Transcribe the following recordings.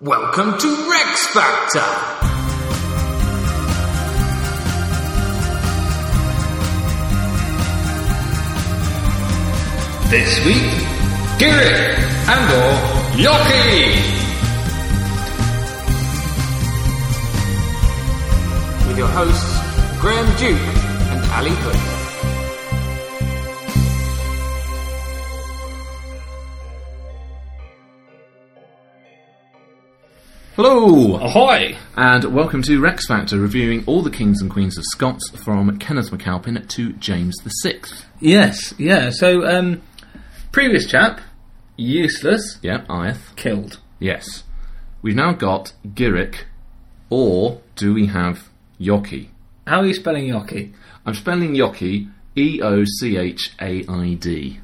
Welcome to Rex Factor! This week, Garrett and or Yoki! With your hosts, Graham Duke and Ali Hood. Hello, Ahoy! and welcome to Rex Factor, reviewing all the kings and queens of Scots from Kenneth MacAlpin to James VI. Yes, yeah. So, um, previous chap, useless, Yeah, Ieth. killed. Yes. We've now got Giric, or do we have Yoki? How are you spelling Yoki? I'm spelling Yoki E O C H A I D.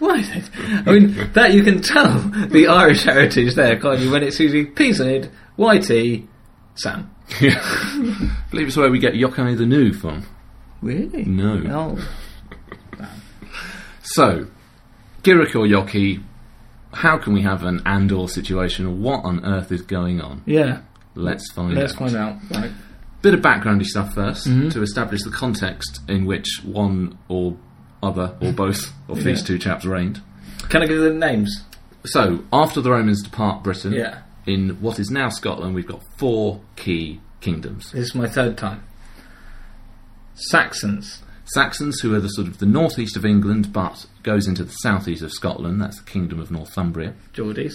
Why? then? I mean, that you can tell the Irish heritage there, can't you? When it's usually PZ, YT, Sam. I believe it's where we get Yokai the New from. Really? No. Oh, So, Giric or Yoki, how can we have an and or situation? What on earth is going on? yeah. Let's find Let's out. find out. Right. Bit of backgroundy stuff 1st Mm-hmm. to establish the context in which one or other or both of these Mm-hmm. Yeah. two chaps reigned. Can I give the names? So, after the Romans depart Britain, Yeah. in what is now Scotland, we've got four key kingdoms. This is my third time. Saxons. Saxons, who are the sort of the northeast of England, but goes into the southeast of Scotland. That's the kingdom of Northumbria. Geordies.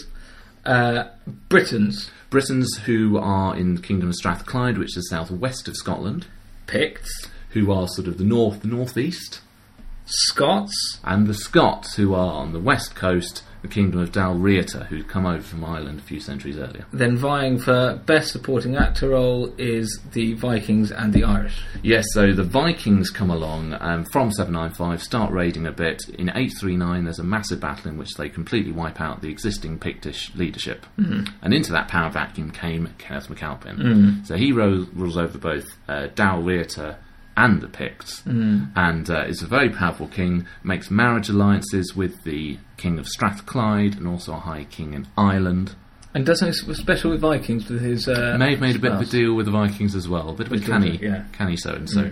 Uh, Britons. Britons, who are in the kingdom of Strathclyde, which is southwest of Scotland, Picts. who are sort of the north northeast. Scots. and the Scots, who are on the west coast, the kingdom of Dalriata, who'd come over from Ireland a few centuries earlier. Then vying for best supporting actor role is the Vikings and the Irish. Yes, so the Vikings come along um, from 795, start raiding a bit. In 839, there's a massive battle in which they completely wipe out the existing Pictish leadership. And into that power vacuum came Kenneth MacAlpin. So he ro- rules over both uh, Dalriata and the Picts, and uh, is a very powerful king, makes marriage alliances with the king of Strathclyde and also a high king in Ireland. And does something special with Vikings with his. Uh, May have made a bit of a spouse. deal with the Vikings as well, a bit of a With canny, Dundee, yeah. Mm. canny so and so.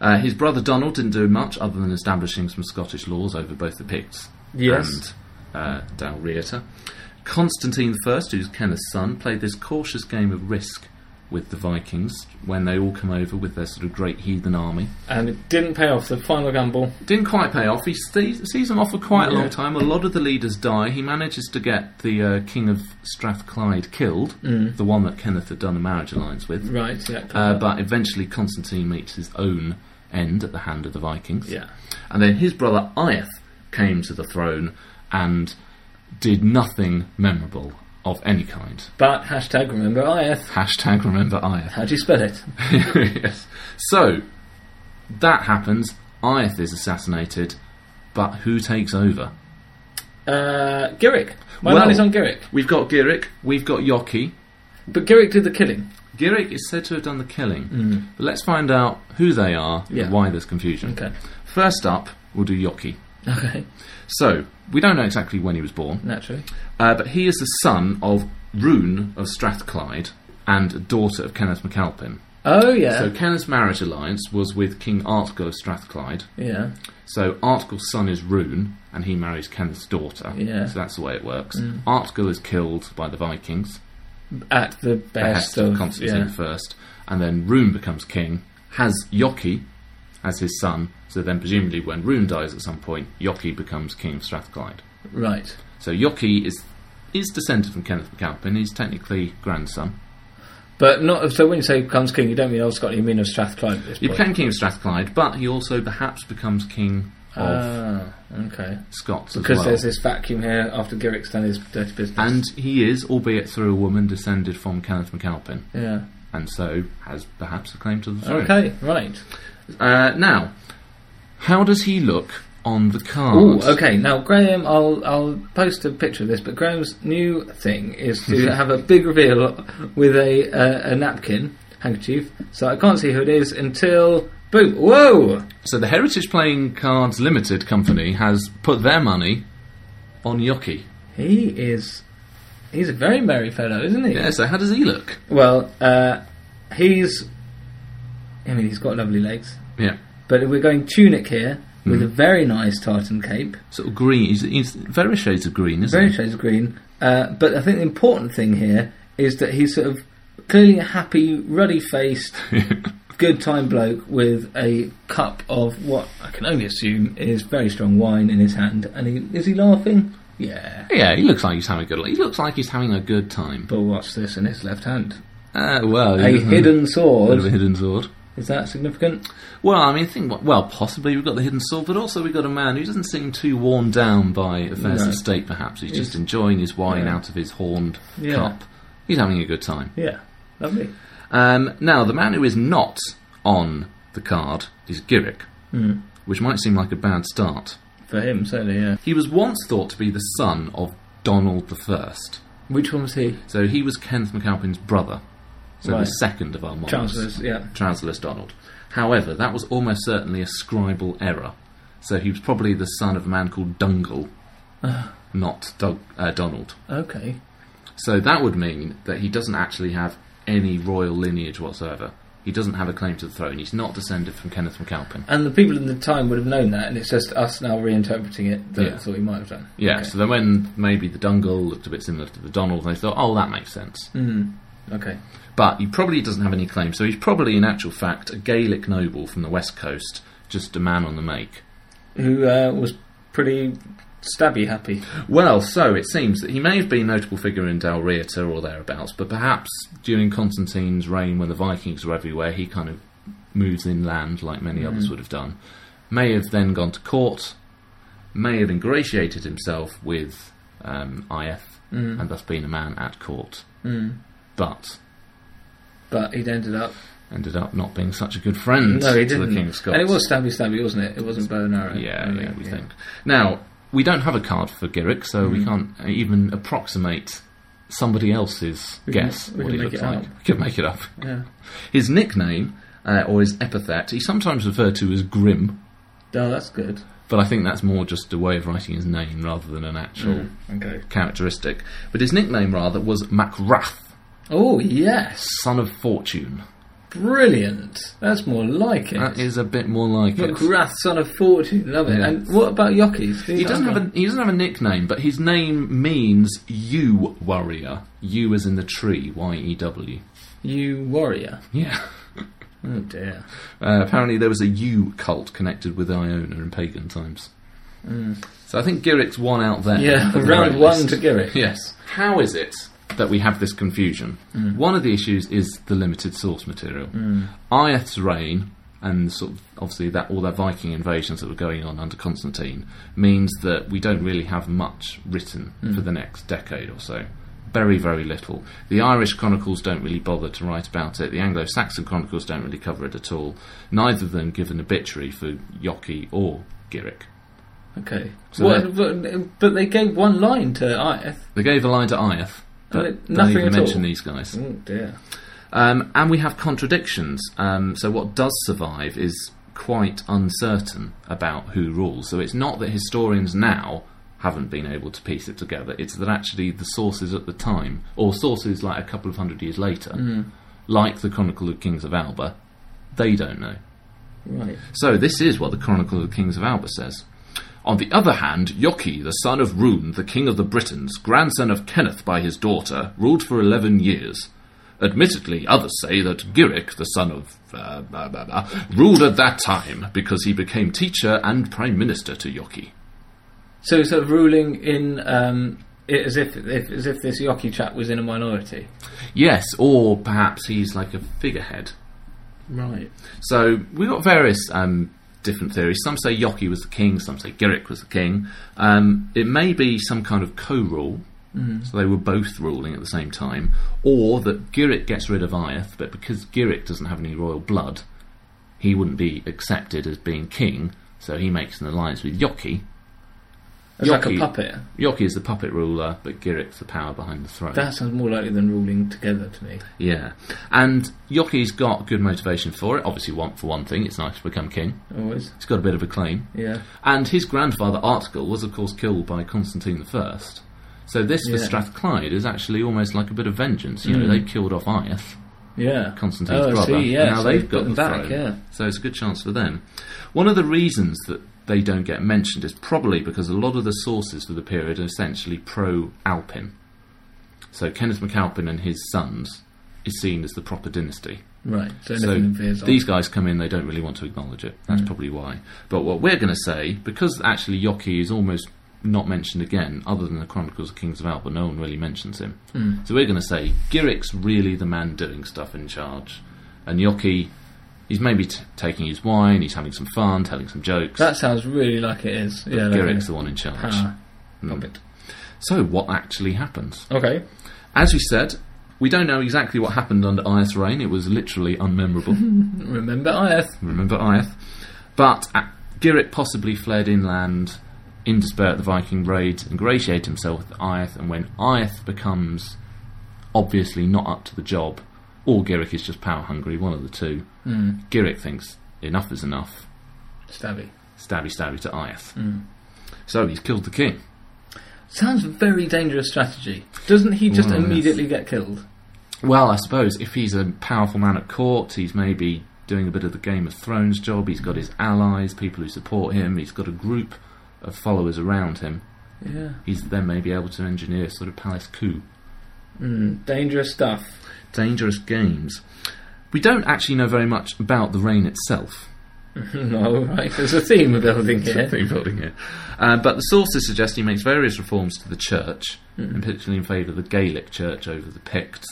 Uh, his brother Donald didn't do much other than establishing some Scottish laws over both the Picts Yes. and uh, Dalriata. Constantine I, who's Kenneth's son, played this cautious game of risk with the Vikings when they all come over with their sort of great heathen army. And it didn't pay off the final gamble. Didn't quite pay off. He st- sees them off for quite a Yeah. long time. A lot of the leaders die. He manages to get the uh, king of Strathclyde killed, Mm. the one that Kenneth had done a marriage alliance with. Right, yeah. Uh, but eventually, Constantine meets his own end at the hand of the Vikings. yeah. And then his brother Ieth came to the throne and did nothing memorable of any kind. But hashtag remember IF. Hashtag remember Ieth. How do you spell it? yes. So, that happens. Ieth is assassinated, but who takes over? Uh, Girick. My Well- man is on Girick. We've got Giric, we've got Yoki. But Girick did the killing. Giric is said to have done the killing, but let's find out who they are Mm. Yeah. and why there's confusion. Okay. First up, we'll do Yoki. Okay, So, we don't know exactly when he was born, naturally. uh, but he is the son of Rune of Strathclyde and a daughter of Kenneth MacAlpin. Oh, yeah. So, Kenneth's marriage alliance was with King Artgal of Strathclyde. yeah. So, Artgal's son is Rune, and he marries Kenneth's daughter. Yeah. So, that's the way it works. Artgal is killed by the Vikings, At the best behest of of. Constantine first, and then Rune becomes king, has Yoki as his son. So, then presumably, when Rune dies at some point, Yoki becomes king of Strathclyde. Right. So Yoki is is descended from Kenneth MacAlpin. He's technically grandson. But not. So when you say becomes king, you don't mean old Scotland, you mean of Strathclyde at this He point. became king of Strathclyde, but he also perhaps becomes king of Ah, okay. Scots Because as well. there's this vacuum here after Girick's done his dirty business. and he is, albeit through a woman, descended from Kenneth MacAlpin, yeah. and so has perhaps a claim to the throne. Okay, right. Uh, now, how does he look on the Ooh, cards? okay. Now Graham, I'll I'll post a picture of this. But Graham's new thing is to have a big reveal with a uh, a napkin handkerchief. So I can't see who it is until boom. Whoa! So the Heritage Playing Cards Limited company has put their money on Yoki. He is He's a very merry fellow, isn't he? Yeah, so how does he look? Well, uh, he's. I mean, he's got lovely legs. Yeah. But we're going tunic here with a very nice tartan cape, Sort of green. He's, he's various shades of green, isn't very he? shades of green. Uh, but I think the important thing here is that he's sort of clearly a happy, ruddy faced, good time bloke with a cup of what I can only assume is very strong wine in his hand. And he, is he laughing? Yeah. yeah, he looks like he's having a good. He looks like he's having a good time. But what's this in his left hand? Uh, well, A hidden bit of a sword. hidden sword. Is that significant? Well, I mean, think what- well, possibly we've got the hidden sword, but also we've got a man who doesn't seem too worn down by affairs No. of state. Perhaps he's, just He's- enjoying his wine yeah. out of his horned Yeah. cup. He's having a good time. Yeah. Lovely. Um, now, the man who is not on the card is Girick, Hmm. which might seem like a bad start. For him, certainly, yeah. He was once thought to be the son of Donald the First, Which one was he? so he was Kenneth MacAlpin's brother, so the Right. second of our monarchs. Chancellor's, yeah. Trouserless Donald. However, that was almost certainly a scribal error. So he was probably the son of a man called Dungle, not Doug, uh, Donald. Okay. So that would mean that he doesn't actually have any royal lineage whatsoever. He doesn't have a claim to the throne. He's not descended from Kenneth MacAlpin. And the people in the time would have known that, and it's just us now reinterpreting it that Yeah. thought he might have done. Yeah, so then when maybe the Dungle looked a bit similar to the Donald, they thought, oh, that makes sense. Okay. But he probably doesn't have any claim, so he's probably, in actual fact, a Gaelic noble from the west coast, just a man on the make. Who uh, was pretty stabby happy. Well, so it seems that he may have been a notable figure in Dalriata or thereabouts, but perhaps during Constantine's reign, when the Vikings were everywhere, he kind of moves inland like many Mm-hmm. others would have done. May have then gone to court, may have ingratiated himself with um, Mm-hmm. IF, Mm, and thus been a man at court, but But he'd ended up. ended up not being such a good friend No, he to didn't. the King of Scots. And it was stabby stabby, wasn't it? It wasn't bow and arrow. I Yeah, don't yeah, think, we think. Now, we don't have a card for Girick, so Mm-hmm. we can't uh, even approximate somebody else's can- guess we what can he make looks it like. up. We could make it up. Yeah. His nickname, uh, or his epithet, he's sometimes referred to as Grim, Oh, that's good. but I think that's more just a way of writing his name rather than an actual Mm. Okay. characteristic. But his nickname, rather, was MacRath, Oh, yes. Son of Fortune. Brilliant. That's more like it. That is a bit more like it. McGrath, son of fortune. Love it. Yeah. And what about Yockeys? He doesn't have a. a he doesn't have a nickname, but his name means "you warrior." You as in the tree, Y E W. You warrior. Yeah. Oh, dear. Uh, apparently, there was a U cult connected with Iona in pagan times. So I think Girik's one out there. Mm. Yeah, at the round very one least. to Girick. Yes. How is it that we have this confusion? Mm. One of the issues is the limited source material. Iath's reign and sort of obviously that all their Viking invasions that were going on under Constantine means that we don't really have much written Mm. for the next decade or so. Very, very little. The Irish chronicles don't really bother to write about it. The Anglo Saxon chronicles don't really cover it at all. Neither of them give an obituary for Yoki or Giric. Okay. So what, but, but they gave one line to Iath. They gave a line to Iath, And but it- they nothing don't even at all. mention these guys. Oh dear. Um, and we have contradictions. Um, so what does survive is quite uncertain about who rules. So it's not that historians now haven't been able to piece it together. It's that actually the sources at the time, or sources like a couple of hundred years later, like the Chronicle of Kings of Alba, they don't know. Right. So this is what the Chronicle of the Kings of Alba says. On the other hand, Yoki, the son of Rune, the king of the Britons, grandson of Kenneth by his daughter, ruled for eleven years. Admittedly, others say that Giric, the son of uh, blah, blah, blah, ruled at that time because he became teacher and prime minister to Yoki. So sort of ruling in um, it as if, if as if this Yoki chap was in a minority. Yes, or perhaps he's like a figurehead. Right. So we've got various um, different theories. Some say Yoki was the king, some say Giric was the king. Um, it may be some kind of co rule, so they were both ruling at the same time, or that Giric gets rid of Iath, but because Giric doesn't have any royal blood, he wouldn't be accepted as being king, so he makes an alliance with Yoki. It's like a Yoki- puppet. Yoki is the puppet ruler, but Girik's the power behind the throne. That sounds more likely than ruling together to me. yeah. And Yoki's got good motivation for it. Obviously, one for one thing, it's nice to become king. Always. He's got a bit of a claim. Yeah. And his grandfather, Article, was of course killed by Constantine I. So this for Yeah. Strathclyde is actually almost like a bit of vengeance. You know, they've killed off Iath, Yeah. Constantine's oh, I brother, See, yeah, and now so they've got them the back. throne. Yeah. So it's a good chance for them. One of the reasons that they don't get mentioned is probably because a lot of the sources for the period are essentially pro-Alpin. So Kenneth MacAlpin and his sons is seen as the proper dynasty. Right. So, So nothing fears these guys come in, they don't really want to acknowledge it. That's probably why. But what we're going to say, because actually Yoki is almost not mentioned again, other than the Chronicles of Kings of Alba, no one really mentions him. Hmm. So we're going to say Girik's really the man doing stuff in charge, and Yoki, he's maybe t- taking his wine, he's having some fun, telling some jokes. That sounds really like it is. Yeah. like Girik's a- the one in charge. Ah, Mm. got it. So what actually happens? Okay. As we said. We don't know exactly what happened under Ayath's reign. It was literally unmemorable. Remember Iath. remember Iath. But uh, Giric possibly fled inland, interspersed the Viking raids, ingratiated himself with Iath, and when Iath becomes obviously not up to the job, or Giric is just power hungry, one of the two, Mm. Giric thinks enough is enough, Stabby. stabby stabby to Iath. So he's killed the king. Sounds a very dangerous strategy. Doesn't he just Well, yes. immediately get killed? Well, I suppose if he's a powerful man at court, he's maybe doing a bit of the Game of Thrones job. He's got his allies, people who support him. He's got a group of followers around him. Yeah. he's then maybe able to engineer sort of palace coup. Mm, dangerous stuff. Dangerous games. We don't actually know very much about the reign itself. no, right. There's a theme building here. Thing building here. Uh, but the sources suggest he makes various reforms to the church, Mm. and particularly in favour of the Gaelic church over the Picts.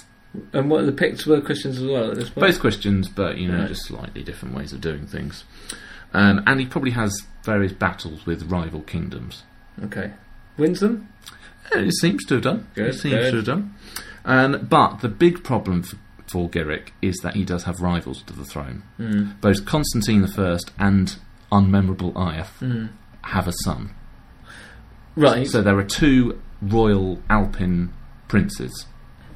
And what the Picts were Christians as well at this point. Both Christians, but you know, Right. just slightly different ways of doing things. Um, and he probably has various battles with rival kingdoms. Okay. Wins them? Yeah, It seems to have done. Good, it seems good. to have done. Um, but the big problem for, for Giric is that he does have rivals to the throne. Both Constantine I and unmemorable Iath have a son. Mm. Right. So there are two royal Alpin princes.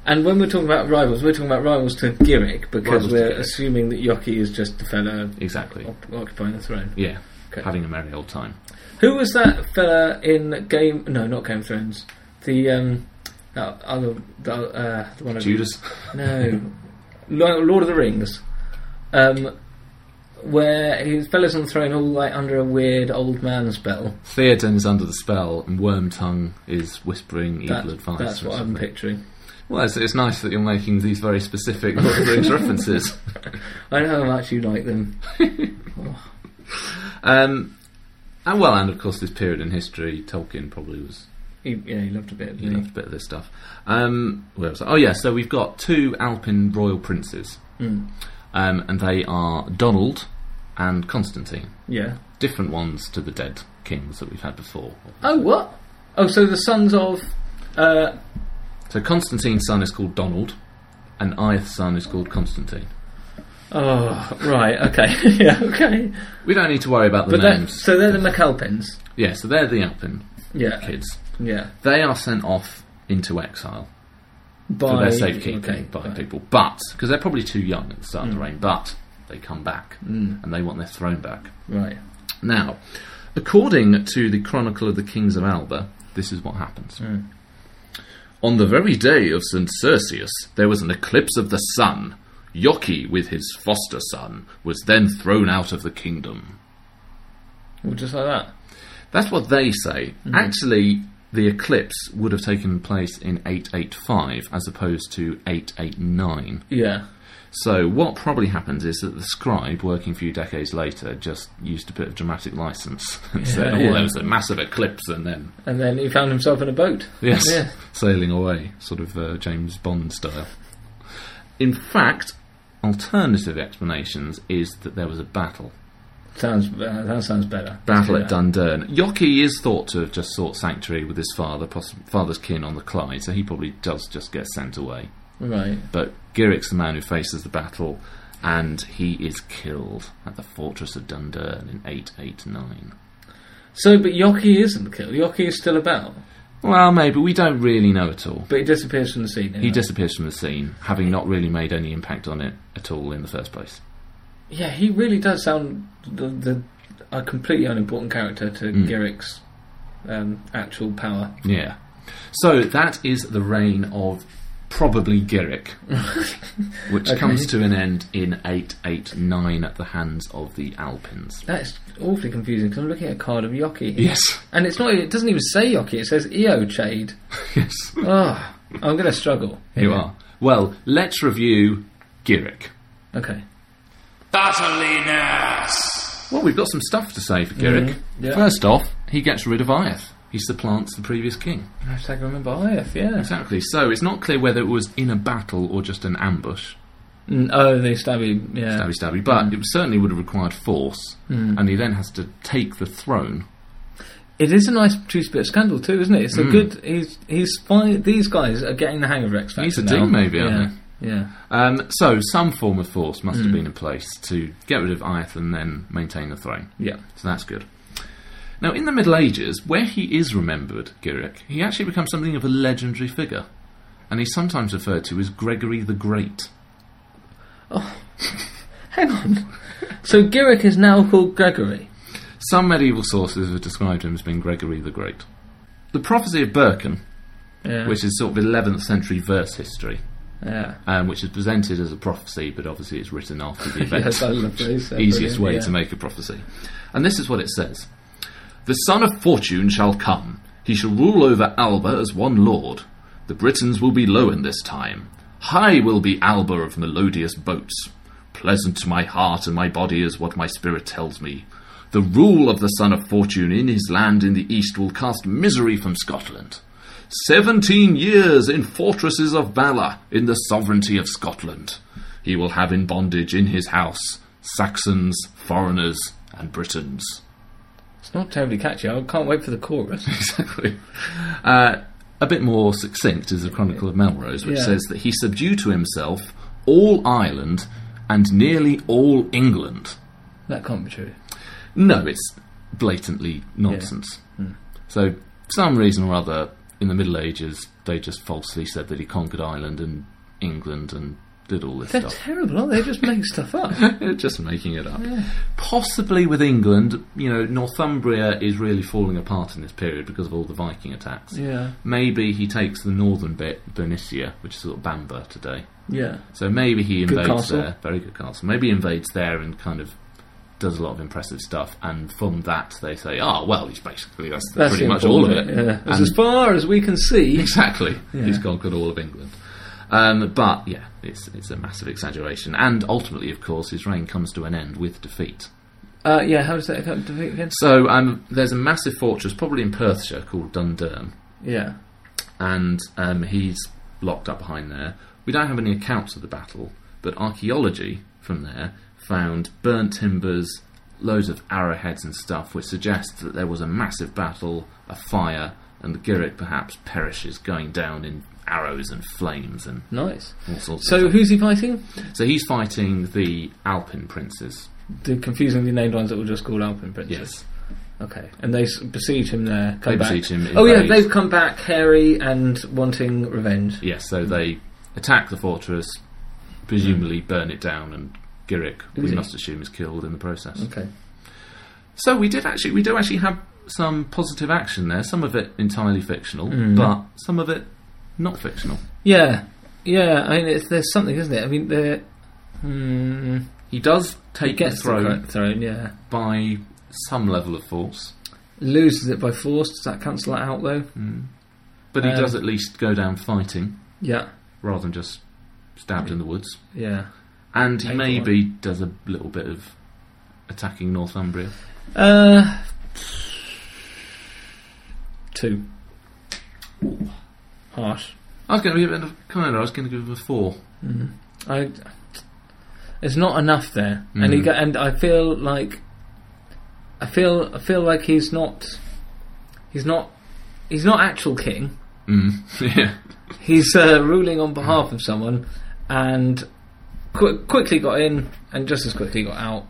and when we're talking about rivals, we're talking about rivals to Giric because Rivals to we're Giric. assuming that Yoki is just the fellow Exactly. op- occupying the throne. Yeah. Okay. Having a merry old time. Who was that fella in Game? No, not Game of Thrones. The um, that other the, uh, the one of Judas. No, Lo- Lord of the Rings. Um, where his fellas on the throne all like under a weird old man spell. Theoden is under the spell, and Wormtongue is whispering evil That- advice. that's or what I'm something. picturing. Well, it's, it's nice that you're making these very specific Lord of the Rings references. I know how much you like them. Um, and well, and of course, this period in history, Tolkien probably was He, yeah, he loved a bit. he didn't he? loved a bit of this stuff. Um, where was I? Oh yeah, so we've got two Alpin royal princes, Mm. um, and they are Donald and Constantine, Yeah. different ones to the dead kings that we've had before. Oh, what? Oh, so the sons of. Uh, So Constantine's son is called Donald, and Iath's son is called Constantine. oh, right, okay. yeah, okay. We don't need to worry about the But they're, names. so they're the McAlpins. Yeah, so they're the Alpin Yeah. kids. Yeah. They are sent off into exile. By, for their safekeeping okay, Hmm. by right. people. But because they're probably too young at the start of the reign, but they come back Hmm. and they want their throne back. Right. Now, according to the Chronicle of the Kings of Alba, this is what happens. On the very day of St. Cercius, there was an eclipse of the sun. Yoki, with his foster son, was then thrown out of the kingdom. Well, just like that. That's what they say. Actually, the eclipse would have taken place in 885 as opposed to 889. Yeah. So what probably happens is that the scribe, working a few decades later, just used a bit of dramatic license and said, "Oh, yeah. there was a massive eclipse," and then And then he found himself in a boat. yes, Yeah. sailing away, sort of uh, James Bond style. In fact, alternative explanations is that there was a battle, Sounds uh, that sounds better. battle Yeah. at Dundurn. Yoki is thought to have just sought sanctuary with his father, poss- father's kin on the Clyde, so he probably does just get sent away. Right. But Giric's the man who faces the battle, and he is killed at the fortress of Dundurn in 889. So, but Yoki isn't killed. Yoki is still about, Well, maybe we don't really know at all. but he disappears from the scene. He disappears from the scene, having not really made any impact on it at all in the first place. Yeah, he really does sound the, the Hmm. a completely unimportant character to Giric's um, actual power. Yeah. So that is the reign of probably Giric, which Okay. comes to an end in 889 at the hands of the Alpins. That's awfully confusing because I'm looking at a card of Yoki. here. Yes, And it's not. It doesn't even say Yoki. It says Eochade. yes, Oh, I'm going to struggle. you are. Well, let's review Giric. Okay. Battliness! Well, we've got some stuff to say for Giric. Mm, Mm-hmm. yeah. First off, he gets rid of Iath. He supplants the previous king. Hashtag remember IF, yeah. Exactly. So it's not clear whether it was in a battle or just an ambush. Mm, oh, they stab you, yeah. Mm. Stabby stabby. But it certainly would have required force, and he then has to take the throne. It is a nice two-split scandal too, isn't it? It's Hmm. a good. He's he's fine. These guys are getting the hang of X Factor He's a now. dean maybe, yeah. aren't Yeah. Um, so some form of force must have Mm. been in place to get rid of Iath and then maintain the throne. Yeah. So that's good. Now, in the Middle Ages, where he is remembered, Giric, he actually becomes something of a legendary figure, and he's sometimes referred to as Gregory the Great. Hang on. So Giric is now called Gregory. Some medieval sources have described him as being Gregory the Great. The prophecy of Birkin, Yeah. which is sort of 11th century verse history, yeah. um, which is presented as a prophecy, but obviously it's written after the event. Yes, I love those. They're Easiest brilliant, way yeah. to make a prophecy. And this is what it says The son of fortune shall come. He shall rule over Alba as one lord. The Britons will be low in this time. High will be Alba of melodious boats. Pleasant to my heart and my body is what my spirit tells me. The rule of the son of fortune in his land in the east will cast misery from Scotland. Seventeen years in fortresses of valour, in the sovereignty of Scotland. He will have in bondage in his house Saxons, foreigners, and Britons. It's not terribly catchy. I can't wait for the chorus. Exactly. Uh, a bit more succinct is the Chronicle of Melrose, which Yeah. says that he subdued to himself all Ireland and nearly all England. that can't be true. No, it's blatantly nonsense. So, for some reason or other, in the Middle Ages, they just falsely said that he conquered Ireland and England and did all this They're stuff. terrible, aren't they? They just make stuff up. just making it up. Possibly with England, you know, Northumbria is really falling apart in this period because of all the Viking attacks. Yeah. Maybe he takes the northern bit, Bernicia, which is sort of Bamber today. Yeah. So maybe he Good invades castle. there. Very good castle. Maybe he invades there and kind of does a lot of impressive stuff. And from that, they say, oh, well, he's basically, that's, That's pretty the much all of it. important bit, Yeah. It's And- as far as we can see. Exactly. Yeah. He's conquered all of England. Um, but yeah, it's, it's a massive exaggeration. And ultimately, of course, his reign comes to an end with defeat. Uh, yeah. How does that affect the again? So um, there's a massive fortress, probably in Perthshire, called Dundurn. Yeah. and um, he's locked up behind there. We don't have any accounts of the battle, but archaeology from there found burnt timbers, loads of arrowheads and stuff, which suggests that there was a massive battle, a fire, and Giric perhaps perishes going down in arrows and flames and Nice. all sorts So of stuff. who's he fighting? So he's fighting the Alpin princes. The confusingly named ones that were just called Alpin Princes. Yes. Okay, and they s- besiege him there. Come They back. besiege him, Oh yeah, invade. they've come back hairy and wanting revenge. Yes, so they attack the fortress, presumably burn it down, and Giric, we Is he? must assume, is killed in the process. Okay. So we did actually, we do actually have some positive action there. Some of it entirely fictional, Mm. but some of it not fictional. Yeah, yeah. I mean, it's, there's something, isn't it? I mean, the hmm, He does take the gets the throne cro- throne. Yeah, by some level of force, loses it by force. Does that cancel that out though? but he Mm. Um, does at least go down fighting Yeah, rather than just stabbed in the woods. yeah. And he Painful maybe does a little bit of attacking Northumbria. Uh, two. Harsh. I was going to give it a kind. I was going to give him a four. I, there's not enough there, and he Mm. go, and I feel like, I feel I feel like he's not, he's not, he's not actual king. Mm. yeah. He's uh, ruling on behalf of someone, and qu- quickly got in and just as quickly got out.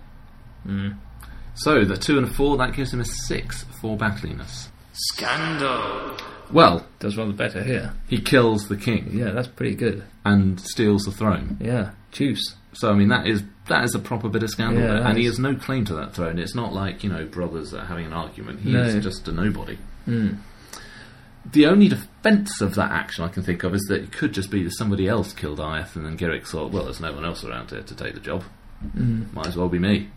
So the two and a four that gives him a six for battliness. Scandal! Well, Does rather better here. he kills the king Yeah, that's pretty good. and steals the throne. Yeah, juice. So I mean that is that is a proper bit of scandal, Yeah, there. that and he is. has no claim to that throne. It's not like you know brothers that are having an argument. He No. is just a nobody. the only defence of that action I can think of is that it could just be that somebody else killed Ayath and then Geric thought, well, there's no one else around here to take the job. Mm. Might as well be me.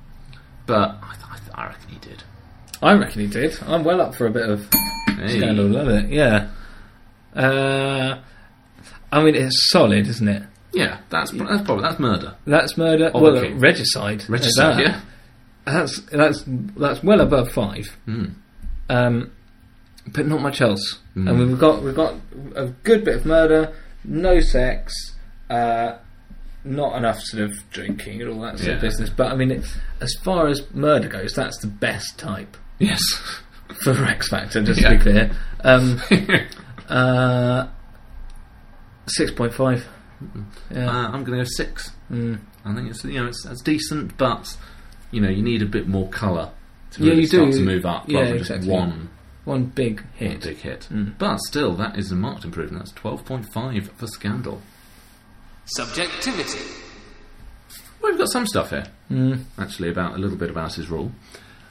But I, th- I, th- I reckon he did. I reckon he did. I'm well up for a bit of Hey. scandal, love it. Yeah. Uh, I mean, it's solid, isn't it? Yeah, that's pr- that's probably that's murder. That's murder. Oh, well, okay. regicide. at Regicide. that. Yeah, That's that's that's well above five. Hmm, Um, but not much else. hmm. And we've got we've got a good bit of murder, no sex, uh, not enough sort of drinking and all that sort Yeah. of business. But I mean, it, as far as murder goes, that's the best type yes. for Rex Factor. Just to Yeah. be clear, um, uh, six point five. Uh, Yeah. Mm. I'm going to go six. I think it's you know it's, it's decent, but you know you need a bit more colour to Yeah, really you start do. to move up Yeah, rather than just exactly. Hmm. one One big one hit. big hit. But still, that is a marked improvement. That's twelve point five for Scandal. Subjectivity. Well, we've got some stuff here, actually, about a little bit about his rule.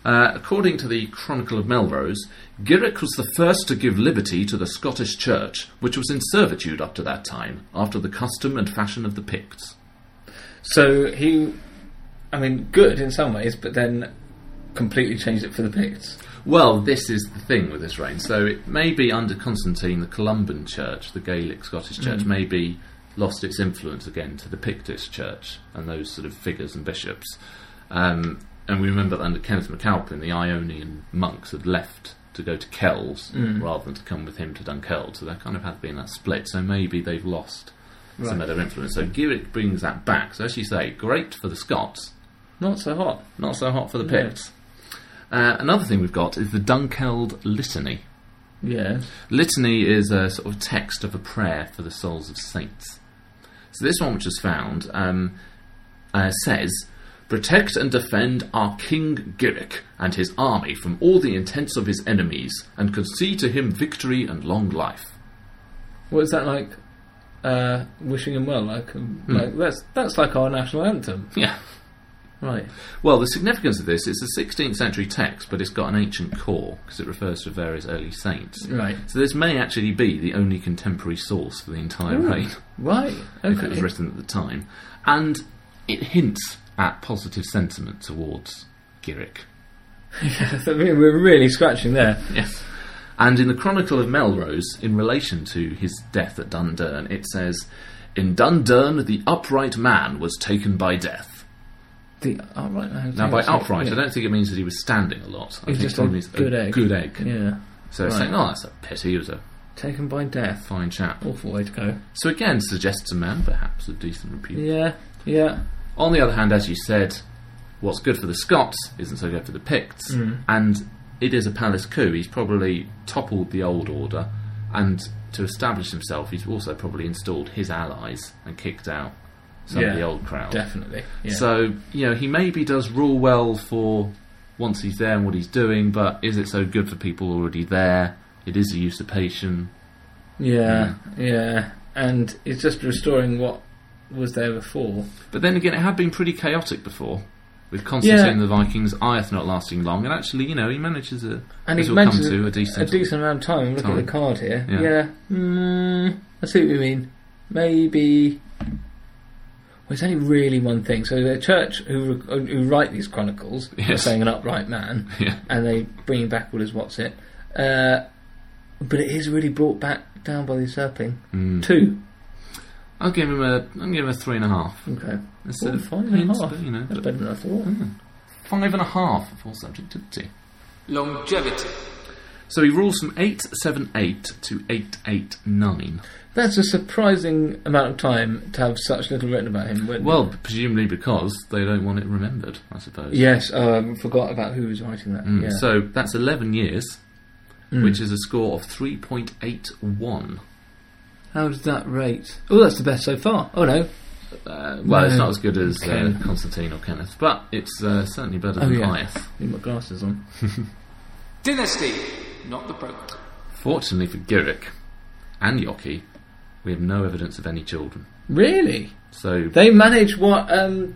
Uh, according to the Chronicle of Melrose, Giric was the first to give liberty to the Scottish Church, which was in servitude up to that time, after the custom and fashion of the Picts. So he, I mean, good in some ways, but then completely changed it for the Picts. Well, this is the thing with this reign. So it may be under Constantine, the Columban Church, the Gaelic Scottish Church, may be lost its influence again to the Pictish Church and those sort of figures and bishops. Um, and we remember that under Kenneth MacAlpin, the Ionian monks had left to go to Kells rather than to come with him to Dunkeld. So there kind of had been that split. So maybe they've lost some of their influence. So Giric brings that back. So as you say, great for the Scots, Not so hot. not so hot for the Picts. Uh, another thing we've got is the Dunkeld Litany. Yeah. Litany is a sort of text of a prayer for the souls of saints. So this one, which was found, um, uh, says, "Protect and defend our King Giric and his army from all the intents of his enemies, and concede to him victory and long life." What is that like? Uh, wishing him well, like, um, Hmm. like that's that's like our national anthem, Yeah. right? Well, the significance of this is a 16th century text, but it's got an ancient core because it refers to various early saints. Right. So this may actually be the only contemporary source for the entire reign. Right. if it was Okay. written at the time. And it hints at positive sentiment towards Giric. I mean, we're really scratching there. Yes. And in the Chronicle of Melrose, in relation to his death at Dundurn, it says, In Dundurn, the upright man was taken by death. The oh, outright Now, by upright, I don't think it means that he was standing a lot. I He's think just it a means good egg. Good egg. Yeah. So it's Right. saying, oh, that's a pity. He was a Taken by death. fine chap. Awful way to go. So again, suggests a man perhaps of decent repute. Yeah. Yeah. On the other hand, as you said, what's good for the Scots isn't so good for the Picts, Mm. and it is a palace coup. He's probably toppled the old order, and to establish himself, he's also probably installed his allies and kicked out some of Yeah, the old crowd. Definitely. Yeah. So you know he maybe does rule well for once he's there and what he's doing, but is it so good for people already there? It is a usurpation. yeah. Yeah. And it's just restoring what was there before. But then again, it had been pretty chaotic before. With Constantine Yeah. and the Vikings, Ayath not lasting long, and actually, you know, he manages a, And as he we'll come manages to, a a decent... decent amount of time. Look Time. at the card here. Yeah. Yeah. Mm, I see what you mean. Maybe. Well, there's only really one thing. So the church who who write these chronicles are Yes. saying an upright man, Yeah. and they bring back all his what's it. Uh, but it is really brought back down by the usurping. Two. Hmm. I'll give him a, I'll give him a three and a half. Okay. That's Ooh, a five and a hint, half. but, you know, That's but hmm. better than I thought. five and a half for subjectivity. Longevity. So he rules from 878 to 889. That's a surprising amount of time to have such little written about him. wouldn't Well, presumably because they don't want it remembered, I suppose. it? yes, um, forgot about who was writing that. Mm, yeah. Hmm. Mm. So that's 11 years, which is a score of 3.81. How does that rate? Oh, that's the best so far. Oh no. Uh, well, it's No. not as good as uh, Okay. Constantine or Kenneth, but it's uh, certainly better Oh, than yeah. Goliath. Need my glasses on. Dynasty. Not the program. Fortunately for Giric and Yoki, we have no evidence of any children. Really? So They manage what? Um,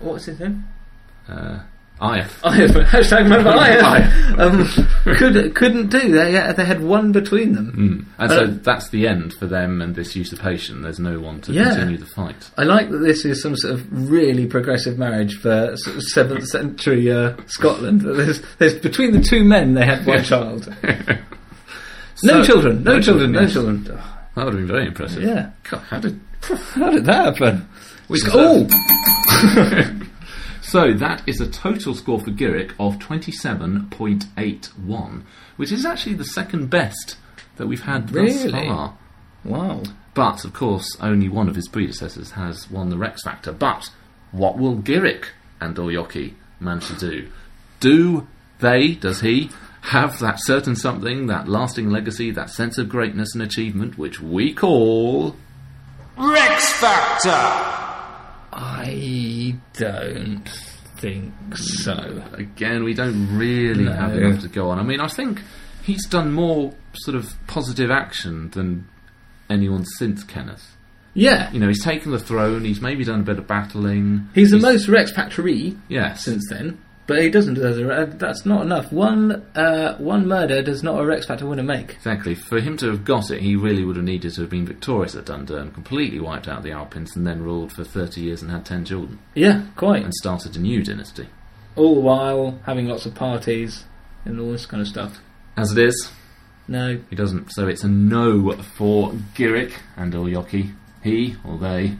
what's his name? uh, Iyeth. Iron, hashtag remember Iron. Iron. um, could, couldn't do that. Yeah, they had one between them. Mm. And Uh, so that's the end for them and this usurpation. There's no one to Yeah. continue the fight. I like that this is some sort of really progressive marriage for sort of seventh century uh, Scotland. That There's, there's between the two men, they had one child. no So- children. No, children. No yes. children. Oh, That would have been very impressive. yeah. God, how did How did that happen? we Oh, So that is a total score for Giric of 27.81, which is actually the second best that we've had Really? thus far. wow. But, of course, only one of his predecessors has won the Rex Factor. But what will Giric and Oyoki manage to do? Do they, does he, have that certain something, that lasting legacy, that sense of greatness and achievement, which we call. Rex Factor! I don't think so. Again, we don't really have No. enough to go on. I mean, I think he's done more sort of positive action than anyone since Kenneth. Yeah, You know, he's taken the throne, he's maybe done a bit of battling. he's the most Rex Factory Yes. since then, but he doesn't deserve a. uh, That's not enough. One uh, one murder does not a Rex Factor winner make. Exactly. For him to have got it, he really would have needed to have been victorious at Dundurn, completely wiped out the Alpins, and then ruled for 30 years and had 10 children, Yeah, quite. and started a new dynasty. All the while having lots of parties and all this kind of stuff. As it is, No, he doesn't. So it's a no for Giric and Oryoki. He or they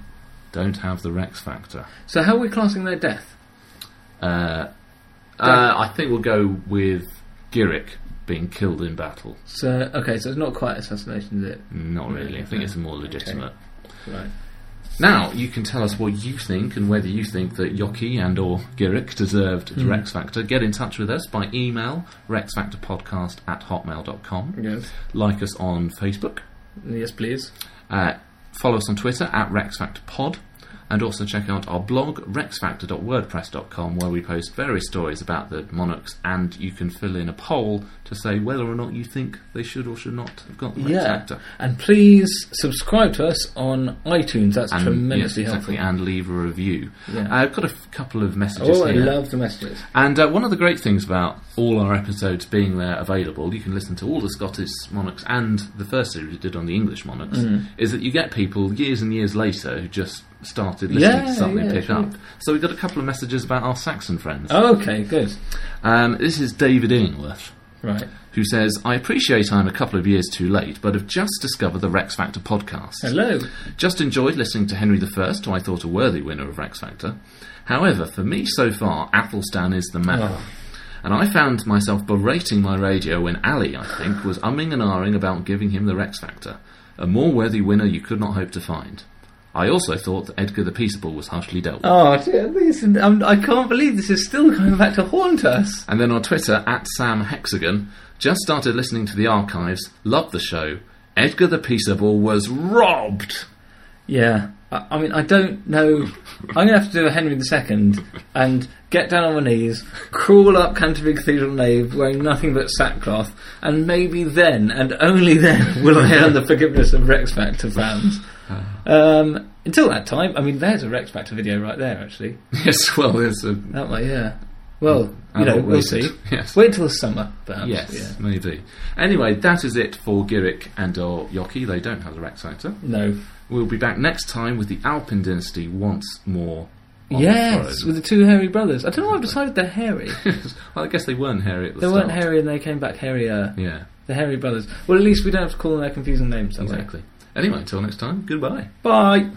don't have the Rex factor. so how are we classing their death? Uh, uh, I think we'll go with Giric being killed in battle. So okay, so it's not quite assassination, is it? Not really. I think it's more legitimate. Right. Now you can tell us what you think and whether you think that Yoki and or Girick deserved Hmm. the Rex Factor. Get in touch with us by email rexfactorpodcast at hotmail.com. Yes. Like us on Facebook. Yes, please. Uh, follow us on Twitter at rexfactorpod. And also check out our blog rexfactor.wordpress.com where we post various stories about the monarchs and you can fill in a poll to say whether or not you think they should or should not have got the Rex Factor. And please subscribe to us on iTunes. That's And- tremendously yes, exactly, helpful. and leave a review. Yeah. I've got a f- couple of messages Oh, I here. love the messages. And uh, one of the great things about all our episodes being there available, you can listen to all the Scottish monarchs and the first series we did on the English monarchs, Mm. is that you get people years and years later who just started listening Yeah, to something yeah, Oh. and pick sure. up. So we got a couple of messages about our Saxon friends. Okay, good. Um, this is David Illingworth. Right. Who says, I appreciate I'm a couple of years too late, but have just discovered the Rex Factor podcast. Hello. Just enjoyed listening to Henry I, who I thought a worthy winner of Rex Factor. However, for me so far, Athelstan is the man. Oh. And I found myself berating my radio when Ali, I think, was umming and ahhing about giving him the Rex Factor. A more worthy winner you could not hope to find. I also thought that Edgar the Peaceable was harshly dealt with. Oh, dear, this, I'm, I can't believe this is still going back to haunt us. And then on Twitter, at Sam Hexagon, just started listening to the archives, loved the show. Edgar the Peaceable was robbed! Yeah. I, I mean, I don't know. I'm going to have to do a Henry II and get down on my knees, crawl up Canterbury Cathedral nave wearing nothing but sackcloth, and maybe then, and only then, will I earn the forgiveness of Rex Factor fans. Um, until that time, I mean, there's a Rex Factor video right there, actually. yes, well, there's a. That way, yeah. Well, you I know, will we'll wait. see. Yes. Wait till summer, perhaps. Yes, Yeah. maybe. Anyway, that is it for Giric and or Yoki. They don't have the Rex Factor. No. We'll be back next time with the Alpin dynasty once more. on the Yes, throne. with the two hairy brothers. I don't know why I've decided they're hairy. well, I guess they weren't hairy at the They start. weren't hairy and they came back hairier. Yeah, The hairy brothers. Well, at least we don't have to call them their confusing names. that way. exactly. Anyway, until next time, goodbye. Bye.